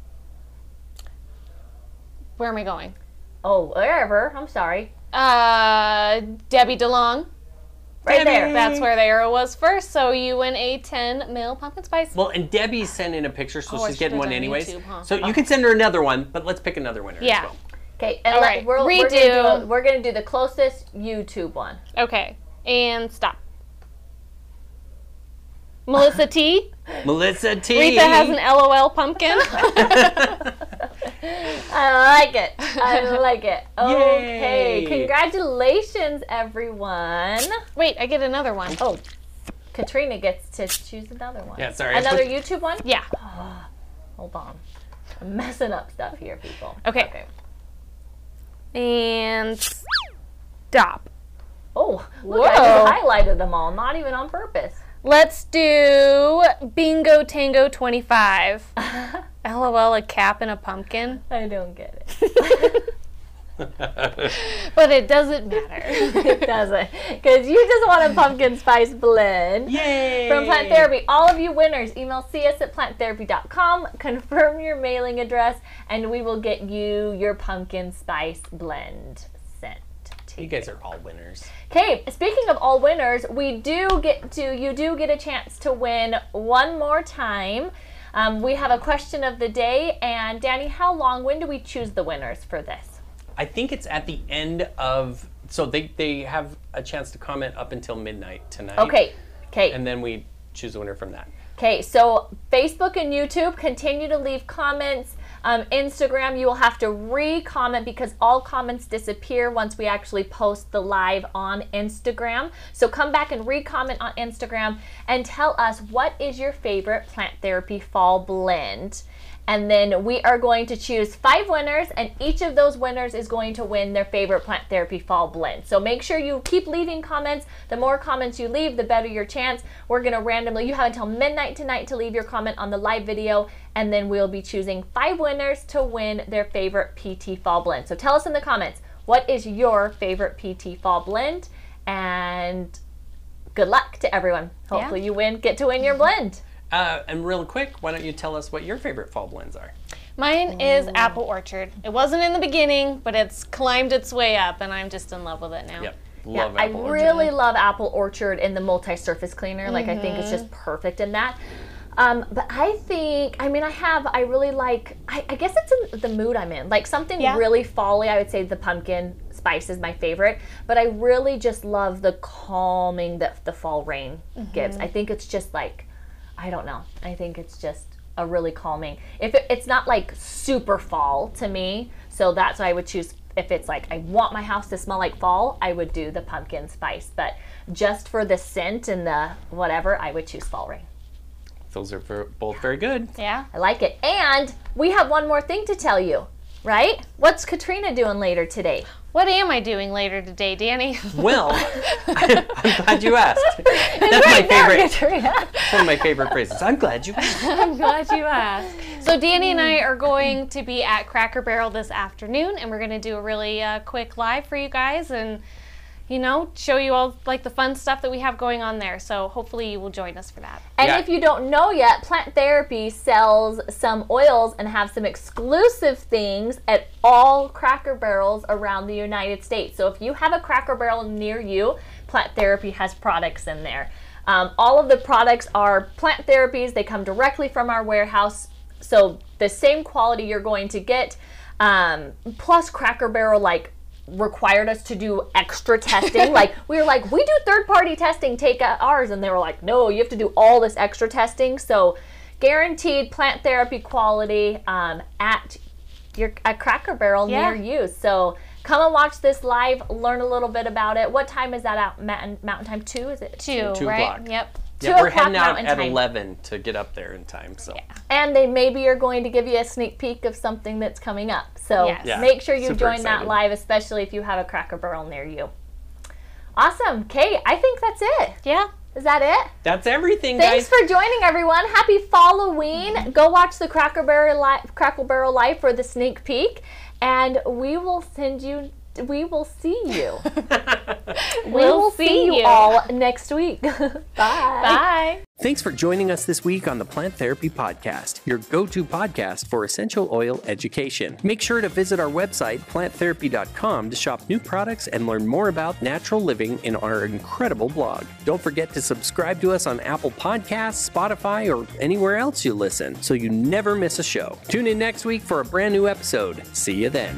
Speaker 3: Where am I going?
Speaker 2: Oh, wherever. I'm sorry.
Speaker 3: Uh, Debbie DeLong.
Speaker 2: Right there.
Speaker 3: That's where the arrow was first. So you win a 10 mil pumpkin spice.
Speaker 4: Well, and Debbie sent in a picture, so
Speaker 3: I
Speaker 4: she's
Speaker 3: should've
Speaker 4: getting one
Speaker 3: done
Speaker 4: anyways.
Speaker 3: YouTube, huh?
Speaker 4: So you can send her another one, but let's pick another winner
Speaker 3: Yeah.
Speaker 4: as well.
Speaker 2: Okay. And
Speaker 3: All
Speaker 2: let-
Speaker 3: right,
Speaker 2: We're, We're
Speaker 3: redo.
Speaker 2: gonna, do, a- we're gonna do the closest YouTube one.
Speaker 3: Okay. And stop. Melissa T.
Speaker 4: Melissa T.
Speaker 3: Rita has an LOL pumpkin. *laughs*
Speaker 2: I like it.
Speaker 3: *laughs*
Speaker 2: I like it. Okay.
Speaker 4: Yay.
Speaker 2: Congratulations, everyone.
Speaker 3: Wait, I get another one.
Speaker 2: Oh, Katrina gets to choose another one.
Speaker 4: Yeah, sorry. I
Speaker 2: Another
Speaker 4: put-
Speaker 2: YouTube one.
Speaker 3: Yeah.
Speaker 2: Hold on. I'm messing up stuff here, people.
Speaker 3: Okay. And stop.
Speaker 2: Oh, look, I
Speaker 3: Whoa.
Speaker 2: just highlighted them all, not even on purpose. *laughs*
Speaker 3: Let's do Bingo Tango 25. LOL, a cap and a pumpkin.
Speaker 2: I don't get it.
Speaker 3: But it doesn't matter.
Speaker 2: It doesn't. Because you just want a pumpkin spice blend.
Speaker 4: *laughs* Yay!
Speaker 2: From Plant Therapy, all of you winners, email cs at planttherapy.com, confirm your mailing address, and we will get you your pumpkin spice blend sent.
Speaker 4: You guys are all winners.
Speaker 2: Okay, speaking of all winners, we do get to, you do get a chance to win one more time. Um, we have a question of the day, and Danny, how long, when do we choose the winners for this?
Speaker 4: I think it's at the end of. So they, they have a chance to comment up until midnight tonight.
Speaker 2: Okay, okay.
Speaker 4: And then we choose a winner from that.
Speaker 2: Okay, so Facebook and YouTube continue to leave comments. Um, Instagram, you will have to re comment because all comments disappear once we actually post the live on Instagram. So come back and re comment on Instagram and tell us what is your favorite plant therapy fall blend. And then we are going to choose five winners, and each of those winners is going to win their favorite plant therapy fall blend. So make sure you keep leaving comments. The more comments you leave, the better your chance. We're going to randomly, you have until midnight tonight to leave your comment on the live video, and then we'll be choosing five winners to win their favorite PT fall blend. So tell us in the comments, what is your favorite PT fall blend? And good luck to everyone. Hopefully, you win, get to win your blend.
Speaker 4: Uh, and real quick, why don't you tell us what your favorite fall blends are?
Speaker 3: Mine is apple orchard. It wasn't in the beginning, but it's climbed its way up, and I'm just in love with it now.
Speaker 4: Yep.
Speaker 2: Yeah,
Speaker 4: Love
Speaker 2: I
Speaker 4: apple orchard. Mm-hmm.
Speaker 2: really love apple orchard and the multi-surface cleaner. Like I think it's just perfect in that. Um, but I think I mean I have I really like I, I guess it's in the mood I'm in. Like something
Speaker 3: Yeah.
Speaker 2: really folly. I would say the pumpkin spice is my favorite, but I really just love the calming that the fall rain gives. I think it's just like I don't know. I think it's just a really calming. If it, it's not like super fall to me, so that's why I would choose. If it's like I want my house to smell like fall, I would do the pumpkin spice. But just for the scent and the whatever, I would choose fall rain.
Speaker 4: Those are ver- both very good.
Speaker 3: Yeah.
Speaker 2: I like it. And we have one more thing to tell you, right? What's Katrina doing later today?
Speaker 3: What am I doing later today, Danny? *laughs*
Speaker 2: *laughs*
Speaker 4: Well, I'm glad you asked. That's my favorite.
Speaker 2: *laughs* Katrina.
Speaker 4: One of my favorite phrases. I'm glad
Speaker 2: *laughs*
Speaker 4: you asked.
Speaker 3: I'm glad you asked. So Danny and I are going to be at Cracker Barrel this afternoon, and we're going to do a really uh, quick live for you guys, and you know, show you all like the fun stuff that we have going on there. So hopefully you will join us for that.
Speaker 2: And
Speaker 4: Yeah.
Speaker 2: if you don't know yet, Plant Therapy sells some oils and have some exclusive things at all cracker barrels around the United States. So if you have a cracker barrel near you, Plant Therapy has products in there. Um, all of the products are plant therapies, they come directly from our warehouse. So the same quality you're going to get. Um, plus, Cracker Barrel, like, required us to do extra testing. like we were like, we do third party testing, take uh, ours, and they were like, no, you have to do all this extra testing. So guaranteed plant therapy quality um, at your a Cracker Barrel
Speaker 3: Yeah.
Speaker 2: near you. So come and watch this live, learn a little bit about it. What time is that out? Mountain, mountain time two is it?
Speaker 3: Two,
Speaker 4: Two
Speaker 3: right?
Speaker 4: o'clock.
Speaker 3: Yep.
Speaker 4: Yeah, we're
Speaker 2: o'clock
Speaker 4: heading out
Speaker 2: Mountain
Speaker 4: at
Speaker 2: Time.
Speaker 4: 11 to get up there in time. So
Speaker 2: And they maybe are going to give you a sneak peek of something that's coming up. So
Speaker 3: Yes. Yeah,
Speaker 2: make sure you
Speaker 4: super
Speaker 2: join that
Speaker 4: excited.
Speaker 2: live, especially if you have a Cracker Barrel near you. Awesome, Kate. I think that's it.
Speaker 3: Yeah.
Speaker 2: Is that it?
Speaker 4: that's everything,
Speaker 2: Thanks
Speaker 4: guys.
Speaker 2: for joining, everyone. Happy Halloween. Go watch the Cracker Barrel Live, Cracker Barrel Live for the sneak peek, and we will send you. We will see you. we will see,
Speaker 3: see
Speaker 2: you
Speaker 3: you.
Speaker 2: all next week. *laughs* Bye.
Speaker 3: Bye.
Speaker 1: Thanks for joining us this week on the Plant Therapy Podcast, your go to podcast for essential oil education. Make sure to visit our website, planttherapy.com, to shop new products and learn more about natural living in our incredible blog. Don't forget to subscribe to us on Apple Podcasts, Spotify, or anywhere else you listen so you never miss a show. Tune in next week for a brand new episode. See you then.